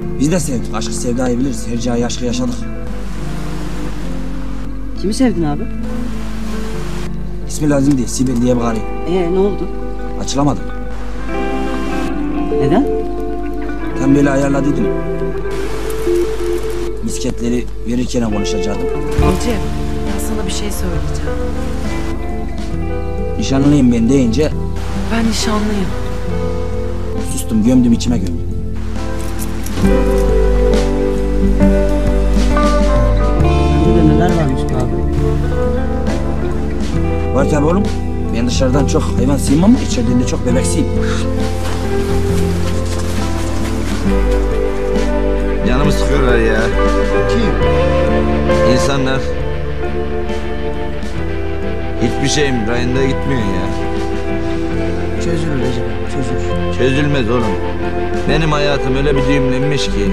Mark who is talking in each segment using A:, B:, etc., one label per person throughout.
A: Biz de sevdik. Aşkı sevdayı biliriz. Hercai aşkı yaşadık.
B: Kimi sevdin abi?
A: İsmi lazım değil. Sibel diye bir gari.
B: Ee ne oldu?
A: Açılamadım.
B: Neden?
A: Tam böyle ayarladıydım. Misketleri verirken konuşacaktım.
C: Ece, ben sana bir şey söyleyeceğim.
A: Nişanlıyım ben deyince
C: Ben nişanlıyım.
A: sustum gömdüm içime gömdüm.
B: Burada neler varmış be abi?
A: Var tabi oğlum. Ben dışarıdan çok hayvan sıyım ama içeriden de çok bebeksiyim.
D: Canımı sıkıyorlar ya. Kim? İnsanlar. Hiçbir şeyim rayında gitmiyor ya.
B: Çözülür Recep, çözülür.
D: Çözülmez oğlum. Benim hayatım öyle bir düğümlenmiş ki.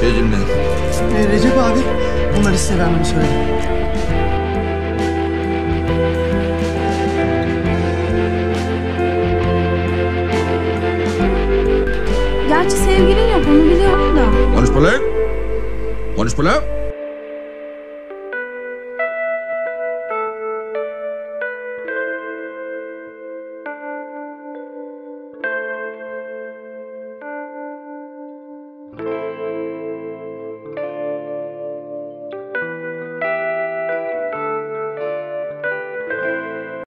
D: Çözülmez.
E: Ee, Recep abi bunları size vermemi söyledi.
F: Gerçi sevgilin yok onu biliyorum da.
G: Konuşma lan. Konuşma lan.